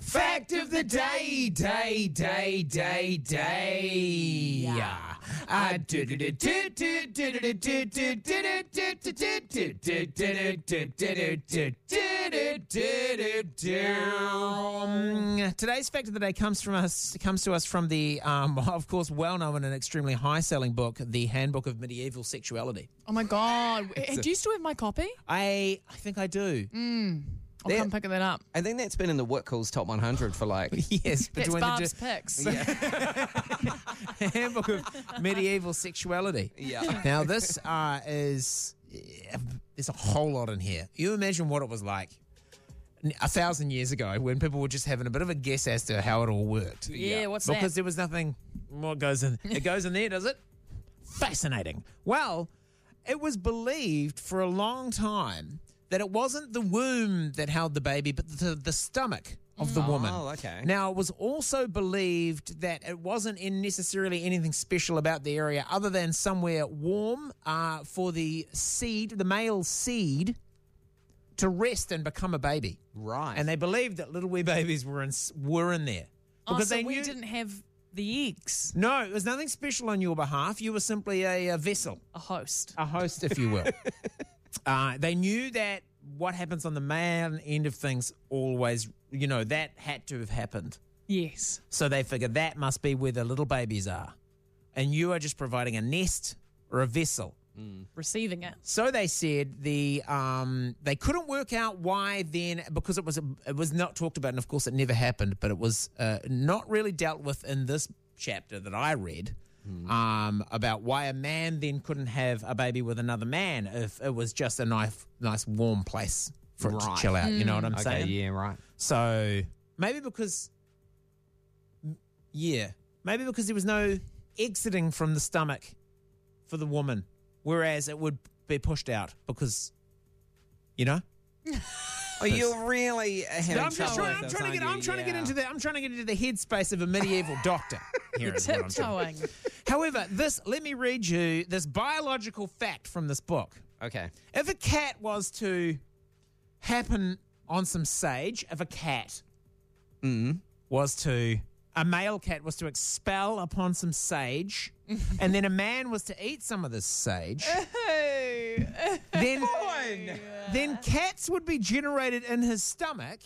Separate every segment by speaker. Speaker 1: fact of the day, day, day, day, day. Ah, do-do-do-do-do-do-do-do-do-do-do-do-do-do-do-do-do-do. Today's fact of the day comes from us comes to us from the um, of course well known and extremely high selling book, The Handbook of Medieval Sexuality.
Speaker 2: Oh my god! Do you still have my copy?
Speaker 1: I I think I do.
Speaker 2: I'll
Speaker 3: There-
Speaker 2: come picking that up.
Speaker 3: I think that's been in the What Calls Top 100 for like.
Speaker 1: Yes,
Speaker 2: That's
Speaker 1: between the
Speaker 2: Barb's
Speaker 1: di-
Speaker 2: picks.
Speaker 1: handbook of medieval sexuality.
Speaker 3: Yeah.
Speaker 1: Now this uh, is there's a whole lot in here. You imagine what it was like a thousand years ago when people were just having a bit of a guess as to how it all worked.
Speaker 2: Yeah,
Speaker 3: Yeah.
Speaker 2: what's
Speaker 1: because
Speaker 2: that?
Speaker 1: there was nothing. What goes in? It goes in there, does it? Fascinating. Well, it was believed for a long time that it wasn't the womb that held the baby, but the, the stomach of the woman.
Speaker 3: Oh, okay.
Speaker 1: Now, it was also believed that it wasn't in necessarily anything special about the area other than somewhere warm uh, for the seed, the male seed, to rest and become a baby.
Speaker 3: Right.
Speaker 1: And they believed that little wee babies were in, were in there.
Speaker 2: Oh, so
Speaker 1: they
Speaker 2: we
Speaker 1: knew-
Speaker 2: didn't have the eggs.
Speaker 1: no, it was nothing special on your behalf. You were simply a, uh vessel,
Speaker 2: A host.
Speaker 1: a host, if you will. uh, they knew that what happens on the man end of things always, you know, that had to have happened.
Speaker 2: Yes.
Speaker 1: So they figure that must be where the little babies are. And you are just providing a nest or a vessel.
Speaker 2: Receiving it.
Speaker 1: So they said the um, they couldn't work out why then because it was it was not talked about and of course it never happened but it was uh, not really dealt with in this chapter that I read
Speaker 3: Hmm.
Speaker 1: um, about why a man then couldn't have a baby with another man if it was just a nice nice warm place for it to
Speaker 3: Right. Hmm.
Speaker 1: chill out you know what I'm
Speaker 3: okay,
Speaker 1: saying
Speaker 3: yeah, right.
Speaker 1: so maybe because, yeah, maybe because there was no exiting from the stomach for the woman, whereas it would be pushed out because, you know.
Speaker 3: Oh, you're really having
Speaker 1: I'm, just
Speaker 3: trouble
Speaker 1: trying,
Speaker 3: with
Speaker 1: I'm
Speaker 3: this,
Speaker 1: trying to
Speaker 3: aren't
Speaker 1: get.
Speaker 3: you?
Speaker 1: I'm trying to get
Speaker 3: Yeah.
Speaker 1: into the. I'm trying to get into the headspace of a medieval doctor. Here is what I'm trying-
Speaker 2: Tiptoeing.
Speaker 1: However, this let me read you this biological fact from this book.
Speaker 3: Okay.
Speaker 1: If a cat was to happen on some sage, if a cat was to a male cat was to expel upon some sage, and then a man was to eat some of this sage, then then cats would be generated in his stomach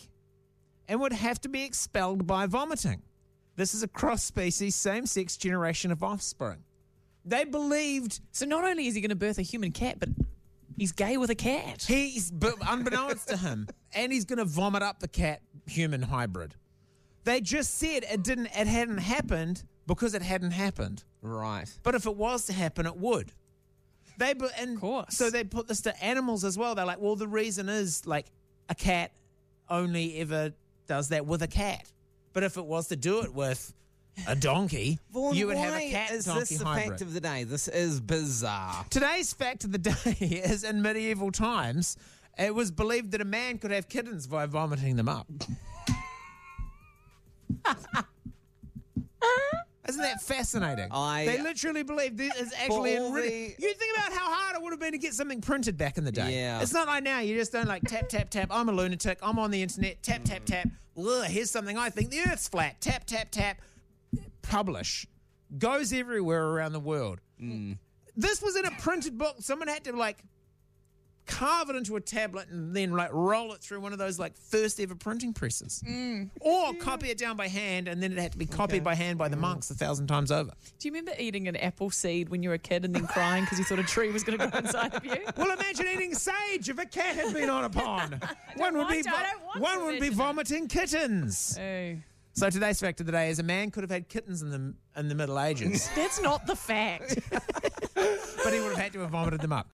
Speaker 1: and would have to be expelled by vomiting. This is a cross species, same sex generation of offspring. They believed
Speaker 2: so not only is he going to birth a human cat, but he's gay with a cat.
Speaker 1: He's but unbeknownst to him, and he's going to vomit up the cat human hybrid. They just said it didn't, it hadn't happened because it hadn't happened.
Speaker 3: Right.
Speaker 1: But if it was to happen, it would. They bu- and of
Speaker 2: course.
Speaker 1: so they put this to animals as well. They're like, well, the reason is like a cat only ever does that with a cat. But if it was to do it with a donkey,
Speaker 3: Vaughan,
Speaker 1: you would have
Speaker 3: why
Speaker 1: a cat
Speaker 3: Is
Speaker 1: donkey
Speaker 3: this the
Speaker 1: hybrid.
Speaker 3: fact of the day? This is bizarre.
Speaker 1: Today's fact of the day is in medieval times, it was believed that a man could have kittens by vomiting them up. Isn't that fascinating?
Speaker 3: I-
Speaker 1: they literally believe this is actually
Speaker 3: all
Speaker 1: in written.
Speaker 3: the-
Speaker 1: You think about how hard it would have been to get something printed back in the day.
Speaker 3: Yeah.
Speaker 1: It's not like now, you just don't like tap, tap, tap. I'm a lunatic. I'm on the internet. Tap, tap, tap. Ugh, here's something I think the earth's flat. Tap, tap, tap. Publish. Goes everywhere around the world this was in a printed book. Someone had to like carve it into a tablet and then like roll it through one of those like first ever printing presses, or copy it down by hand, and then it had to be copied by hand by the monks a thousand times over.
Speaker 2: Do you remember eating an apple seed when you were a kid and then crying because you thought a tree was going to grow inside of you?
Speaker 1: Well, imagine eating sage if a cat had been on a pond. One would be
Speaker 2: want to, I don't want
Speaker 1: one
Speaker 2: to
Speaker 1: would be
Speaker 2: imagine it.
Speaker 1: vomiting kittens.
Speaker 2: Oh,
Speaker 1: So today's fact of the day is a man could have had kittens in the in the Middle Ages,
Speaker 2: that's not the fact.
Speaker 1: but he would have had to have vomited them up.